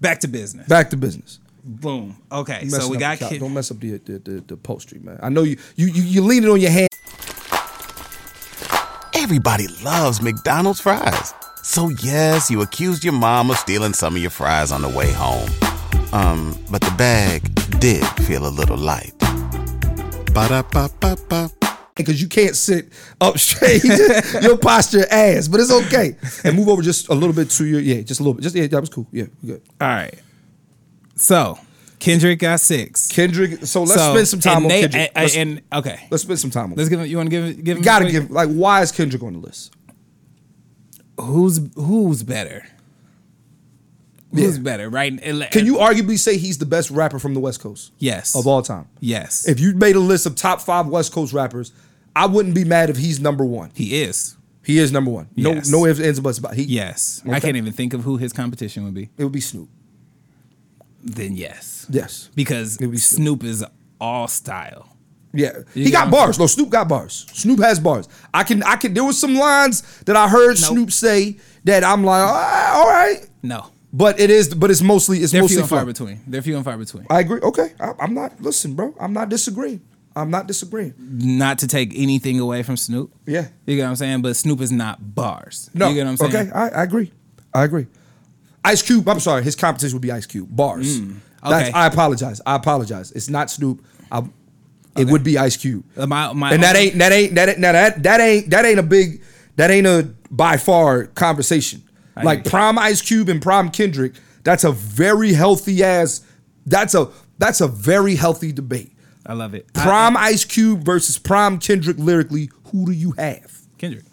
Back to business.
Back to business.
Boom. Okay,
You
so
messing
we
up
got
the couch.
Ken-
Don't mess up the the, the the upholstery, man. I know you you you, you lean it on your hand.
Everybody loves McDonald's fries. So yes, you accused your mom of stealing some of your fries on the way home. Um, but the bag did feel a little light. Ba-da-ba-ba-ba.
because you can't sit
Oh,
up straight. Your posture ass, but it's okay. And move over just a little bit to your yeah, just a little bit. Just yeah, that was cool. Yeah, we good.
All right. So Kendrick got six.
Kendrick. So let's
So-
spend some time
and
on
they-
Kendrick.
And,
let's,
and- okay,
let's spend some time on.
let's
Let's
give him. You want to give it- give him?
gotta
quick-
give like why is Kendrick on the list?
Who's who's better? Who's
Yeah.
better? Right?
Can you arguably say he's the best rapper from the West Coast
Yes.
of all time?
Yes.
If you made a list of top five West Coast rappers, I wouldn't be mad if he's number one.
he is.
He is number one. No,
Yes.
no ifs, ands, or buts about. He,
Yes. I
Okay.
can't even think of who his competition would be.
It would be Snoop.
Then yes,
Yes.
because
It'd be
Snoop is all style.
Yeah.
You
he got
know what I'm
bars. No, Snoop got bars. Snoop has bars. I can I can there was some lines that I heard
Nope.
Snoop say that I'm like, ah, all right.
No,
But it is but it's mostly it's
they're
mostly
few and far
fun.
between. They're few and far between.
I agree. Okay. I, I'm not listen, bro. I'm not disagreeing. I'm not disagreeing.
Not to take anything away from Snoop.
Yeah.
You get what I'm saying? But Snoop is not bars.
No.
You get what I'm saying?
Okay, I, I agree. I agree. Ice Cube, I'm sorry, his competition would be Ice Cube. Bars. That's
Mm. okay.
I apologize. I apologize. It's not Snoop. I, it would be Ice Cube.
Uh, My, my
and that
only-
ain't that ain't that ain't, now that that ain't that ain't a big that ain't a by far conversation. like
agree.
prime Ice Cube and prime Kendrick, that's a very healthy ass. That's a that's a very healthy debate.
I love it. I-
Prime Ice Cube versus prime Kendrick lyrically. Who do you have?
Kendrick.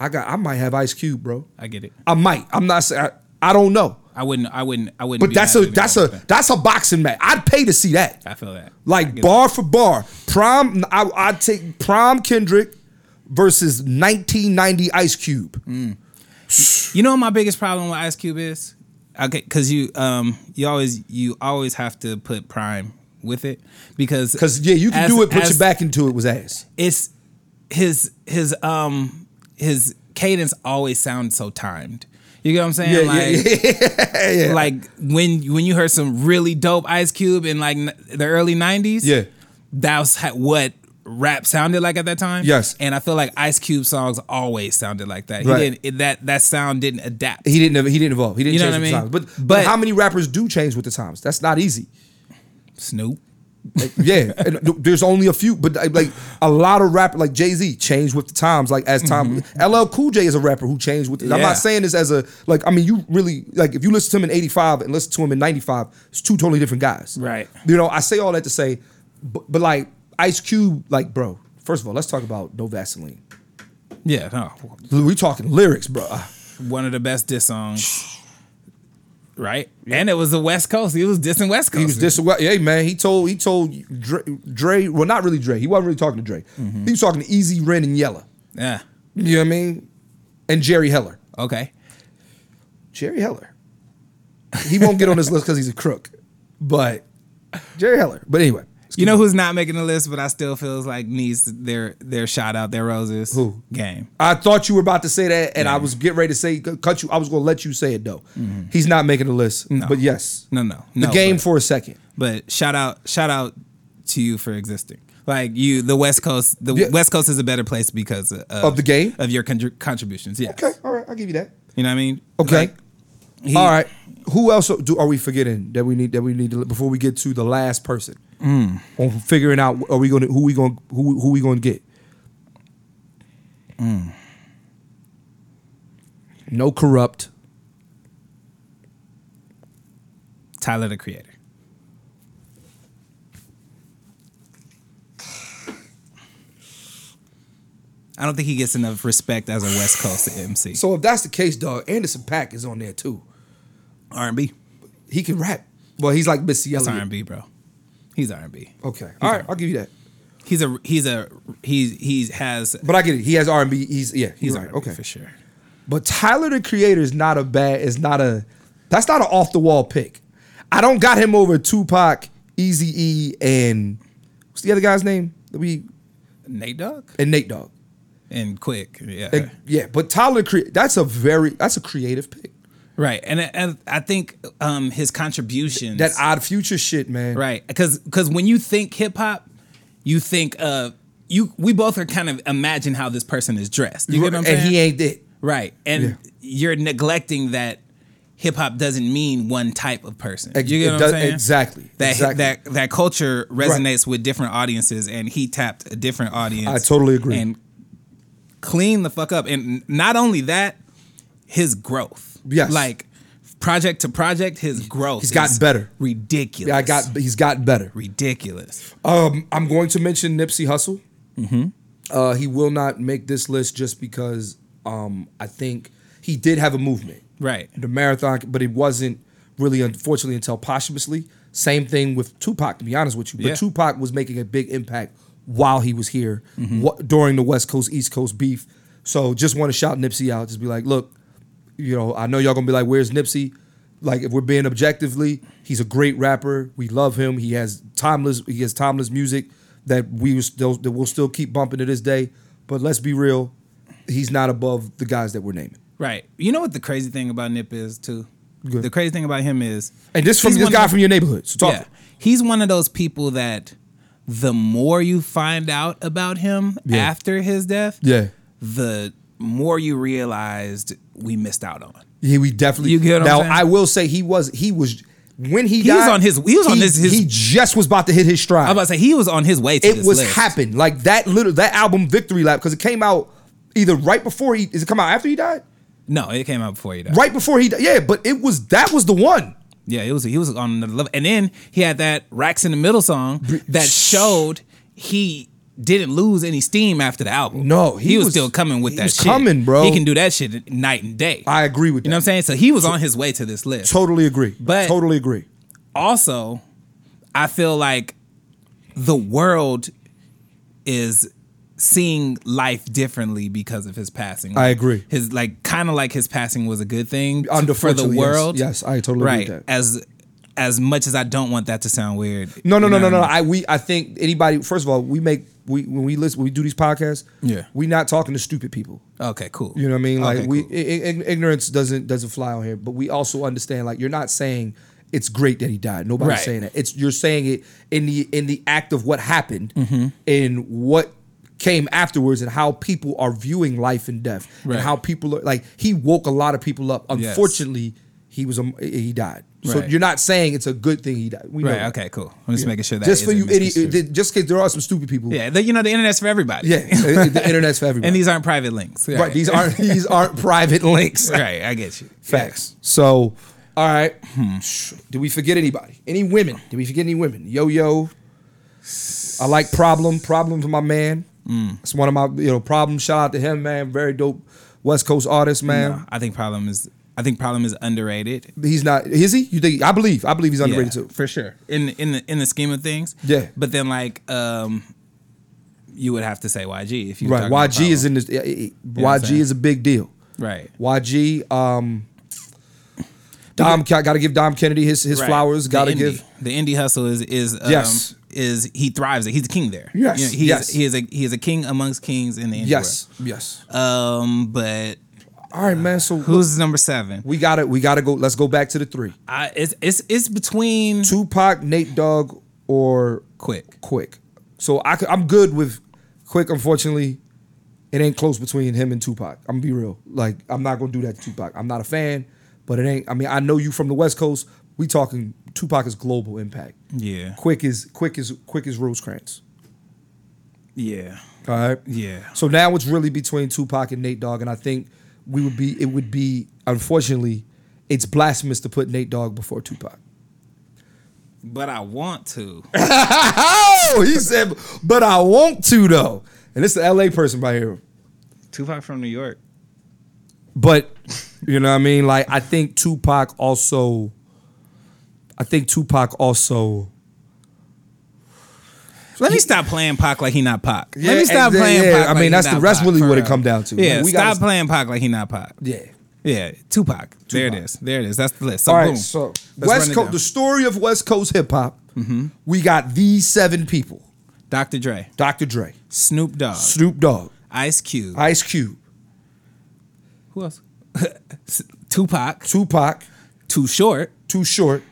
I got. I might have Ice Cube, bro.
I get it.
I might. I'm not saying. I, I don't know.
I wouldn't. I wouldn't. I wouldn't.
But
be
that's
mad
a
if it
that's a
happened.
that's a boxing match. I'd pay to see that.
I feel that. I
Like
get
bar for bar, prom. I I take prom Kendrick versus 1990 Ice Cube.
Mm. it. You know what my biggest problem with Ice Cube is? Okay, because you um you always you always have to put Prime with it because
Cause yeah, you can
as-
do it. Put
as-
your back into it was ass.
It's his his um his cadence always sounds so timed. You get what I'm saying?
Yeah,
like,
yeah,
like when when you heard some really dope Ice Cube in like n- the early '90s,
Yeah.
that's ha- what rap sounded like at that time.
Yes.
and I feel like Ice Cube songs always sounded like that. He
Right.
didn't it, that that sound didn't adapt.
He didn't. He didn't evolve. He didn't
You know
change
what I
with the
mean?
times. But, but
But-
how many rappers do change with the times? That's not easy.
Snoop,
yeah, and th- there's only a few, but uh, like a lot of rap, like Jay Z, changed with the times. Like as time, LL Cool J is a rapper who changed with. I'm
Mm-hmm. Yeah.
not saying this as a like. I mean, you really like if you listen to him in '85 and listen to him in '95, it's two totally different guys.
Right.
You know, I say all that to say, but, but like Ice Cube, like bro. First of all, let's talk about No Vaseline.
yeah, no,
We talking lyrics, bro.
one of the best diss songs right? And it was the West Coast. He was dissing West Coast.
He was dis. Well, yeah, man. He told he told Dre, Dre. Well, not really Dre. He wasn't really talking to Dre.
Mm-hmm.
He was talking to Easy, Ren, and Yella.
Yeah.
You know what I mean? And Jerry Heller.
Okay.
Jerry Heller. He won't get on this list because he's a crook, but Jerry Heller. But anyway,
You know who's not making the list, but I still feels like needs their their shout out, their roses.
Who?
game?
I thought you were about to say that, and I was getting ready to say cut you. I was going to let you say it though. He's not making the list,
Mm-hmm. No.
but yes,
No, no,
the
no,
game
but-
for a second.
But shout out, shout out to you for existing. Like you, the West Coast, the
Yeah.
West Coast is a better place because of,
Of the game?
of your contri- contributions. Yeah,
Okay, all right, I'll give you that.
you know what I mean.
Okay,
Like, he-
all right. Who else do are we forgetting that we need that we need to, before we get to the last person
Mm.
on figuring out are we going to who we going who who we going to get?
Mm.
No corrupt.
Tyler the Creator. I don't think he gets enough respect as a West Coast MC.
So if that's the case, dog, Anderson Pack is on there too.
R and B,
He can rap. Well, he's like Missy
that's
Elliott.
R and B, bro. He's R and B.
Okay, all right, I'll give you that.
He's a he's a he's he has
But I get it. He has R and B. He's yeah. He's
he's
right.
R&B
Okay.
for sure.
But Tyler the Creator is not a bad. Is not a. That's not an off the wall pick. I don't got him over Tupac, Easy E, and what's the other guy's name? That we
Nate Dogg
and Nate Dogg.
and Quick, yeah,
And- yeah, but Tyler the Cre- That's a very. That's a creative pick.
right. And, and I think um his contributions
That odd future shit, man.
Right. Cause 'cause when you think hip hop, you think uh you we both are kind of imagine how this person is dressed. You get what I'm
and
saying?
he ain't it.
right. And
Yeah.
you're neglecting that hip hop doesn't mean one type of person. You
It
get what
does-
I'm saying?
exactly,
That
exactly.
that that culture resonates with different audiences and he tapped a different audience.
I totally agree.
And clean the fuck up. And n- not only that, his growth.
Yes.
Like project to project, his growth.
He's gotten
is
better.
Ridiculous.
Yeah, I got. He's gotten better.
ridiculous.
Um, I'm going to mention Nipsey Hussle.
Mm-hmm.
Uh, he will not make this list just because um, I think he did have a movement,
Right.
the marathon, but it wasn't really, unfortunately, until posthumously. Same thing with Tupac, to be honest with you. But
Yeah.
Tupac was making a big impact while he was here
Mm-hmm.
wha- during the West Coast East Coast beef. So just want to shout Nipsey out. Just be like, look, you know, I know y'all gonna be like, where's Nipsey? Like, if we're being objectively, he's a great rapper. We love him. He has timeless. He has timeless music that we was- that we'll still keep bumping to this day. But let's be real, he's not above the guys that we're naming.
Right. You know what the crazy thing about Nip is too?
Good.
The crazy thing about him is
And this from
he's
this
one
guy
of-
from your neighborhood. So talk.
Yeah. He's one of those people that the more you find out about him after his death,
Yeah.
the more you realized we missed out on.
Yeah, we definitely.
You get what I'm
now,
saying?
I will say he was. He was when he,
He
died.
was on his- he was on his- his-
He just was about to hit his stride.
I was about to say he was on his way to
it
this
was
list.
happened like that. Little that album, Victory Lap, because it came out either right before he. Is it come out after he died?
No, it came out before he died.
Right before he. died. Yeah, but it was that was the one.
Yeah, it was he was on another level. And then he had that Racks in the Middle song that showed he didn't lose any steam after the album.
No, he
he, was,
was-
still coming with
he
that
was
shit.
coming, bro.
He can do that shit night and day.
I agree with
You know what I'm
that.
saying? So he was on his way to this list.
Totally agree.
But-
totally agree.
also, I feel like the world is seeing life differently because of his passing.
I agree.
His like kind of like his passing was a good thing to, for the
Unfortunately, yes.
world.
Yes, I totally agree
right.
with that.
As as much as I don't want that to sound weird.
No, no,
you
no,
know
no, no.
what I mean?
I we I think anybody. First of all, we make we when we listen when we do these podcasts.
Yeah.
we not talking to stupid people.
okay, cool.
You know what I mean? Like
Okay,
we
cool.
i- i- ig- ignorance doesn't doesn't fly on here, but we also understand like you're not saying it's great that he died. Nobody's
Right.
saying that. It's you're saying it in the in the act of what happened
Mm-hmm.
in what came afterwards and how people are viewing life and death
Right.
and how people are like he woke a lot of people up.
Yes.
Unfortunately, he was a, he died. So
Right.
you're not saying it's a good thing he died. We know
right.
that.
Okay, cool. I'm just making sure that
Just for you
isn't misconstrued.
idiot, just because there are some stupid people.
Yeah, the, you know the internet's for everybody.
yeah. the the internet's for everybody.
and these aren't private links.
right. These aren't these aren't private links.
right. I get you.
Facts. So, all right. Hmm, Sh- Did we forget anybody? Any women? Did we forget any women? Yo yo. I like problem. Problem's my man.
Hmm.
It's one of my you know problem. Shout out to him, man. Very dope West Coast artist, man.
No, I think problem is I think Problem is underrated.
He's not. Is he? You think? I believe. I believe he's underrated
Yeah,
too.
for sure. In in the in the scheme of things,
Yeah.
But then like, um, you would have to say YG if you
Right. YG is in this. eh, eh,
what I'm
YG
saying?
is a big deal.
right.
YG. Um, Dom. Got to give Dom Kennedy his his
Right.
flowers.
The
Got to
indie-
give.
the indie hustle is is um,
Yes.
is he thrives. He's a king there.
Yes,
You know, he
yes.
Is, he is a he is a king amongst kings in the indie
Yes. Yes.
world. Um, but
All right, man. So
who's number seven?
we got to We got to go. Let's go back to the three.
I, it's it's it's between
Tupac, Nate Dogg, or
quick.
Quick. So I could, I'm good with Quick. Unfortunately, it ain't close between him and Tupac. I'm gonna be real. Like I'm not gonna do that to Tupac. I'm not a fan, but it ain't. I mean, I know you from the West Coast. We talking Tupac is global impact.
Yeah.
Quick is quick is quick is Rosecrans.
Yeah.
All right.
Yeah.
So now it's really between Tupac and Nate Dogg, and I think we would be. It would be unfortunately, it's blasphemous to put Nate Dogg before Tupac.
But I want to.
Oh, he said, but I want to though. And it's the LA person right here.
Tupac from New York.
But you know what I mean? Like I think Tupac also I think Tupac also
Let me stop playing Pac like he not Pac. Let
Yeah,
me stop
and then-
playing
yeah,
Pac.
I
like
mean,
he
that's the-
not
that's
Pac,
really
for
what it
real.
come down to.
Yeah,
We
stop
gotta-
playing Pac like he not Pac.
Yeah.
Yeah, Tupac. There it is. There it is. That's the list. So
All right,
boom.
so
Let's run
West
it
Coast
down.
the story of West Coast hip hop, we got these seven people.
Dr. Dre,
Dr. Dre,
Snoop Dogg,
Snoop Dogg,
Ice Cube.
Ice Cube,
Who else? Tupac,
Tupac,
Too Short,
Too Short,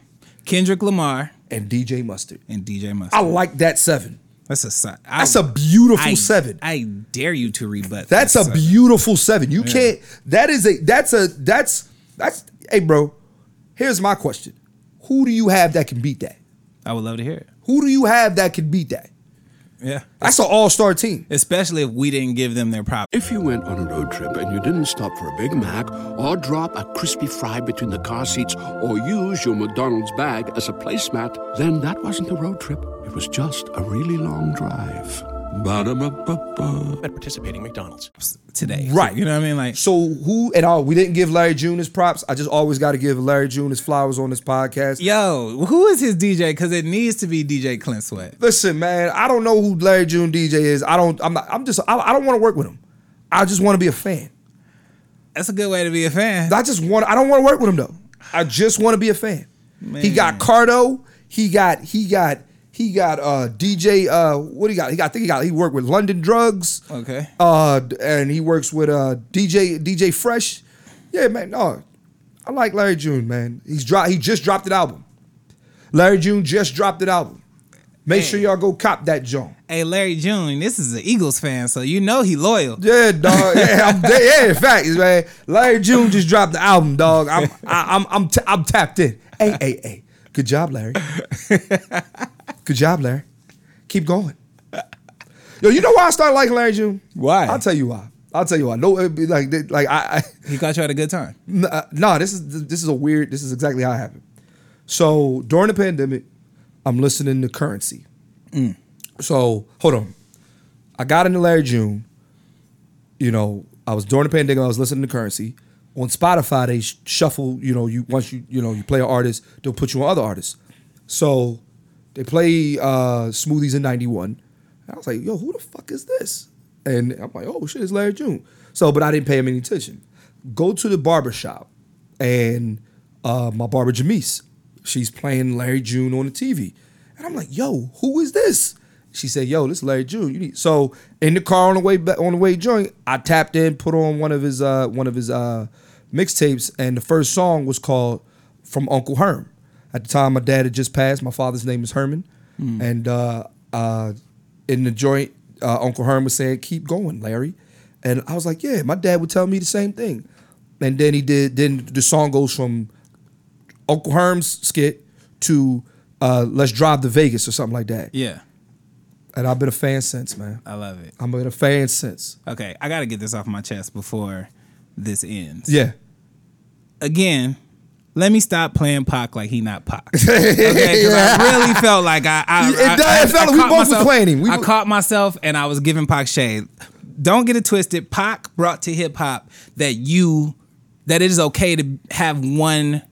Kendrick Lamar,
and DJ Mustard.
and DJ Mustard.
I like that seven.
that's a si- I-
That's a beautiful
I-
seven.
I dare you to rebut.
That's
that,
a
sir.
beautiful seven. You can't. That is a. That's a. That's that's. Hey, bro. Here's my question: Who do you have that can beat that?
I would love to hear it.
Who do you have that can beat that?
Yeah,
That's an all-star team.
especially if we didn't give them their props.
If you went on a road trip and you didn't stop for a Big Mac or drop a crispy fry between the car seats or use your McDonald's bag as a placemat, then that wasn't a road trip. It was just a really long drive. Ba-da-ba-ba-ba.
At participating McDonald's.
today.
Right.
You know what I mean? Like,
So who at all? We didn't give Larry June his props. I just always got to give Larry June his flowers on this podcast.
yo, who is his DJ? Because it needs to be DJ Clint Sweat.
Listen, man. I don't know who Larry June DJ is. I don't. I'm. Not, I'm just. I, I don't want to work with him. I just want to be a fan.
That's a good way to be a fan.
I just want. I don't want to work with him though. I just want to be a fan. He got Cardo. He got. He got. He got uh, DJ. Uh, what he got? He got. I think he got. He worked with London Drugs.
Okay.
Uh, and he works with uh DJ DJ Fresh. Yeah, man. No, I like Larry June, man. He's dro- He just dropped an album. Larry June just dropped an album. Make sure y'all go cop that joint.
Hey, Larry June, this is an Eagles fan, so you know he loyal.
Yeah, dog. Yeah, I'm, yeah, facts, man. Larry June just dropped the album, dog. I'm, I, I'm, I'm, t- I'm tapped in. Hey, hey, hey. Good job, Larry. Good job, Larry. Keep going. Yo, you know why I started liking Larry June?
Why?
I'll tell you why. I'll tell you why. No, it'd be like, they- like I, I
He got you at a good time.
N- uh, no, this is this is a weird. This is exactly how it happened. So during the pandemic, I'm listening to Currency. So hold on, I got into Larry June. You know, I was during the pandemic. I was listening to Currency on Spotify. They sh- shuffle. You know, you once you you know you play an artist, they'll put you on other artists. So they play uh, Smoothies in '91. And I was like, yo, who the fuck is this? And I'm like, oh shit, it's Larry June. So, but I didn't pay him any attention. Go to the barber shop, and uh, my barber Jamise, she's playing Larry June on the TV. And I'm like, yo, who is this? She said, yo, this is Larry June. You need so in the car on the way back on the way joint, I tapped in, put on one of his uh one of his uh mixtapes, and the first song was called From Uncle Herm. At the time my dad had just passed, my father's name is Herman. And uh uh in the joint, uh, Uncle Herm was saying, Keep going, Larry. And I was like, Yeah, my dad would tell me the same thing. And then he did then the song goes from Uncle Herm's skit to uh, Let's Drive to Vegas or something like that.
Yeah,
And I've been a fan since, man.
I love it.
I've been a fan since.
Okay, I got to get this off my chest before this ends.
Yeah.
Again, let me stop playing Pac like he not Pac. Okay, 'cause I really felt like I. I,
It
I-
does-
I-
it felt
I
like we
caught
both was playing him. We
I
were-
caught myself and I was giving Pac shade. Don't get it twisted. Pac brought to hip hop that you. that it is okay to have one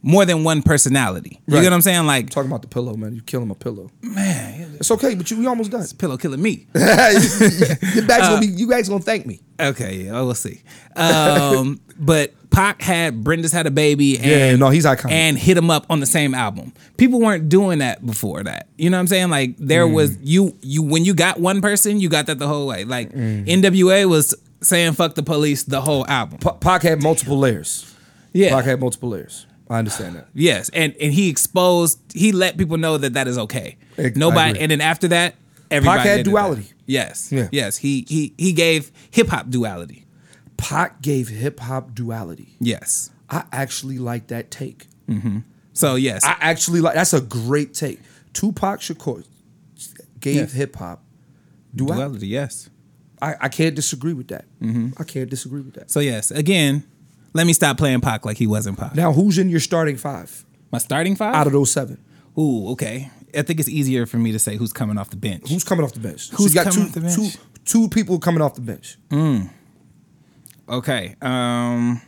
more than one personality. You
Right.
get what I'm saying? Like
Talking about the pillow, man. You killing my pillow. Man, it's okay, but you we almost done.
pillow killing me.
your back's gonna be. You guys gonna thank me.
okay, yeah, we'll see. Um, but Pac had Brenda's had a baby. And,
Yeah, no, he's iconic.
And hit him up on the same album. People weren't doing that before that. You know what I'm saying? Like there
Mm.
was you you when you got one person, you got that the whole way. Like
Mm.
NWA was saying fuck the police the whole album.
P- Pac had multiple layers.
Yeah.
Pac had multiple layers. I understand that.
Yes, and and he exposed, he let people know that that is okay.
I- I
Nobody,
agree.
and then after that, everybody
Pac had
did that.
duality.
Yes,
Yeah.
yes, he he he gave hip hop duality.
Pac gave hip hop duality.
Yes,
I actually like that take.
so yes,
I actually like that's a great take. Tupac Shakur gave
Yes.
hip hop duality.
yes.
I, I can't disagree with that.
Mm-hmm.
I can't disagree with that.
So yes, again, let me stop playing Pac like he wasn't Pac.
Now, who's in your starting five
My starting five.
out of those seven?
Ooh, okay. I think it's easier for me to say who's coming off the bench.
Who's coming off the bench?
Who's
you got
coming
two,
off the bench?
two- two people coming off the bench.
Okay, um,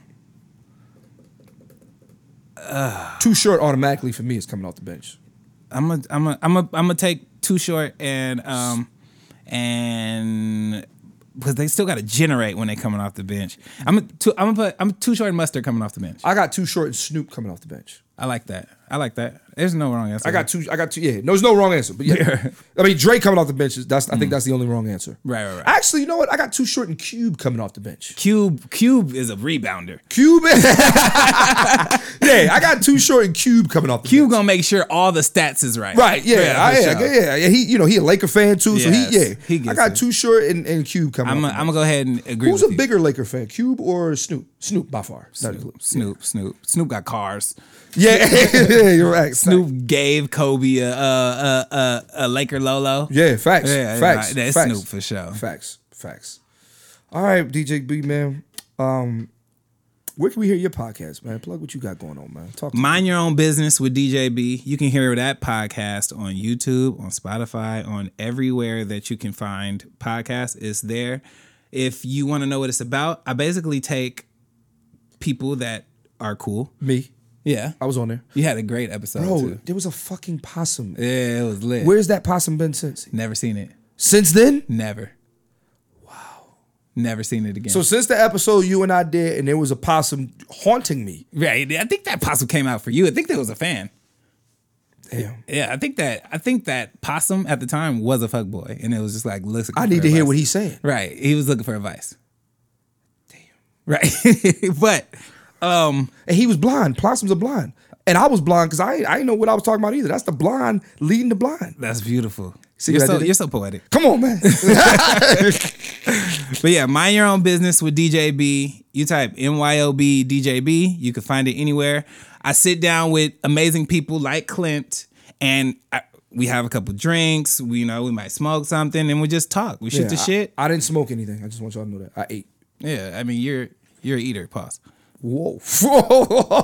Too short automatically for me is coming off the bench.
I'm a, I'm a, I'm a, I'm gonna take Too Short and um and because they still got to generate when they coming off the bench. I'm a, too, I'm gonna put I'm Too Short and Mustard coming off the bench.
I got too short and Snoop coming off the bench.
I like that. I like that. There's no wrong answer.
I got two. I got two. Yeah, no, there's no wrong answer. But yeah, I mean Drake coming off the bench is that's. I think that's the only wrong answer.
Mm. Right, right, right.
Actually, you know what? I got too short and Cube coming off the bench.
Cube. Cube is a rebounder.
Cube. yeah, I got too short and Cube coming off the
Cube
bench.
gonna make sure all the stats is right.
Right, yeah, I,
for
yeah,
sure.
yeah, yeah. He, you know, he a Laker fan too,
Yes,
so he, yeah,
he gets
I got
it.
too short and, and Cube coming.
I'm
off
gonna
the
I'm gonna go ahead and agree.
bench. Who's a
with you.
bigger Laker fan, Cube or Snoop? Snoop by far. Not a clue.
Snoop, Snoop, Snoop, Snoop got cars.
Yeah, yeah, you're right.
Snoop gave Kobe a a a, a, a Laker Lolo.
Yeah, facts.
Yeah, yeah,
facts.
yeah, that's
facts,
Snoop for sure.
Facts. Facts. All right, DJ B man. Um, where can we hear your podcast, man? Plug what you got going on, man. Talk. To
Mind Your Own Business with DJ B. You can hear that podcast on YouTube, on Spotify, on everywhere that you can find podcasts. It's there. If you want to know what it's about, I basically take people that are cool.
me.
Yeah.
I was on there.
You had a great episode.
Bro,
too.
there was a fucking possum.
Yeah, it was lit.
Where's that possum been since?
Never seen it.
Since then?
Never. Wow. Never seen it again.
So since the episode you and I did, and there was a possum haunting me.
right. I think that possum came out for you. I think there was a fan.
Damn.
Yeah, I think that I think that possum at the time was a fuckboy, and it was just like listen.
I need to hear what he's saying.
Right. He was looking for advice. Damn. Right. but um
And he was blind. Possums are blind. And I was blind because I ain't- I didn't know what I was talking about either. That's the blind leading the blind.
that's beautiful.
See
you're
what I
so
did?
you're so poetic.
Come on, man.
But yeah, mind your own business with DJB. You type MYOB DJB, you can find it anywhere. I sit down with amazing people like Clint and I, we have a couple drinks, we you know, we might smoke something and we just talk. We shoot
Yeah,
the
I-
shit.
I, didn't smoke anything. I just want y'all to know that. I ate.
yeah, I mean you're you're an eater, pause.
Whoa. Whoa.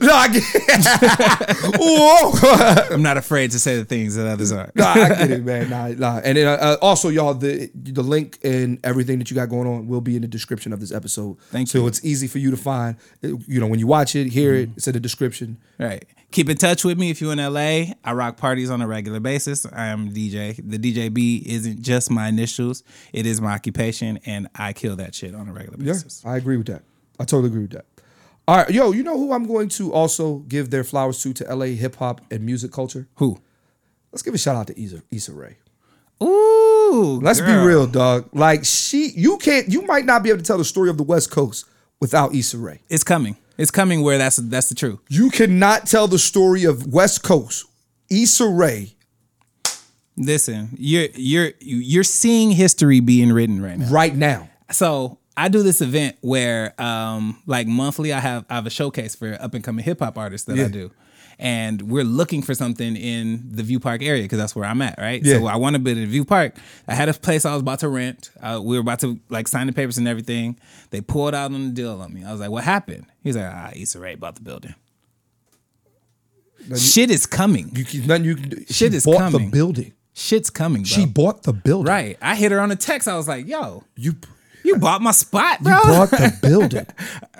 no, I get Whoa.
I'm not afraid to say the things that others are.
nah, I get it, man. Nah, nah. And then uh, uh, also, y'all, the the link and everything that you got going on will be in the description of this episode.
Thank
so
you.
So it's easy for you to find. uh, You know, when you watch it, hear it, it's in the description.
Right. Keep in touch with me if you're in LA. I rock parties on a regular basis. I am DJ. The DJB isn't just my initials, it is my occupation, and I kill that shit on a regular basis.
I agree with that. I totally agree with that. All right, yo, you know who I'm going to also give their flowers to to LA hip hop and music culture?
Who?
Let's give a shout out to Issa, Issa Rae.
Ooh.
Let's
girl.
be real, dog. Like she, you can't, you might not be able to tell the story of the West Coast without Issa Rae.
It's coming. It's coming where that's that's the truth.
You cannot tell the story of West Coast Issa Rae.
Listen, you're you're you're seeing history being written right now.
right now.
So I do this event where um like monthly I have I have a showcase for up and coming hip hop artists that I do. And we're looking for something in the View Park area because that's where I'm at, right?
Yeah.
So I want to build in View Park. I had a place I was about to rent. Uh, we were about to like sign the papers and everything. They pulled out on the deal on me. I was like, "What happened?" He's like, "Ah, Issa Rae bought the building. Shit is coming.
You can, nothing you can do.
Shit
she
is
bought
coming.
the building.
Shit's coming, bro."
She bought the building.
right. I hit her on a text. I was like, "Yo,
You, you
you bought my spot, bro."
bought the building.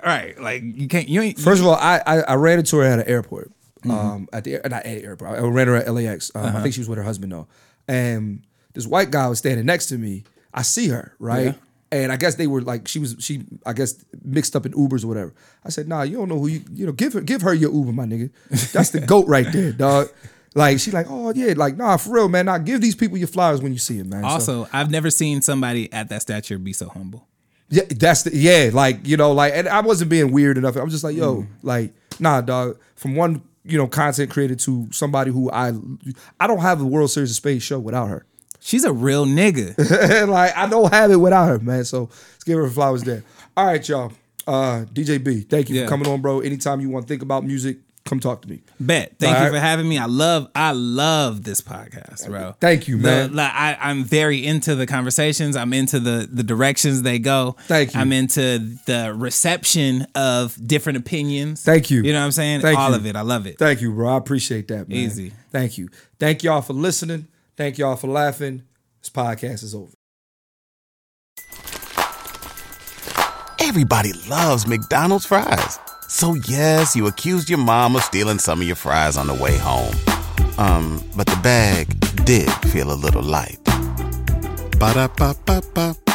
right. Like you can't. You ain't.
First of all, I I, I ran into her at an airport. Um, at the air- not at the airport. I ran her at LAX. Um, I think she was with her husband though. And this white guy was standing next to me. I see her right, and I guess they were like she was she I guess mixed up in Ubers or whatever. I said, Nah, you don't know who you you know give her give her your Uber, my nigga. That's the goat right there, dog. Like she like oh yeah like nah for real man. Nah, give these people your flowers when you see them, man. So-
also, I've never seen somebody at that stature be so humble.
yeah, that's the yeah, like you know, like, and I wasn't being weird enough. I was just like,
Mm.
yo, like, nah, dog. From one, you know, content creator to somebody who I, I don't have a World Series of Space show without her.
She's a real nigga.
like, I don't have it without her, man. So let's give her flowers there. All right, y'all. Uh, DJ B, thank you
Yeah.
for coming on, bro. Anytime you want to think about music, come talk to me.
Bet. Thank
All
you
right.
for having me. I love. I love this podcast, bro.
Thank you,
The-
man.
like, I, I'm very into the conversations. I'm into the the directions they go.
Thank you.
I'm into the reception of different opinions.
Thank you.
You know what I'm saying?
Thank
All
you.
of it. I love it.
Thank you, bro. I appreciate that, man.
Easy.
Thank you. Thank y'all for listening. Thank y'all for laughing. This podcast is over.
Everybody loves McDonald's fries. So yes, you accused your mom of stealing some of your fries on the way home. Um, but the bag did feel a little light. Ba-da-ba-ba-ba.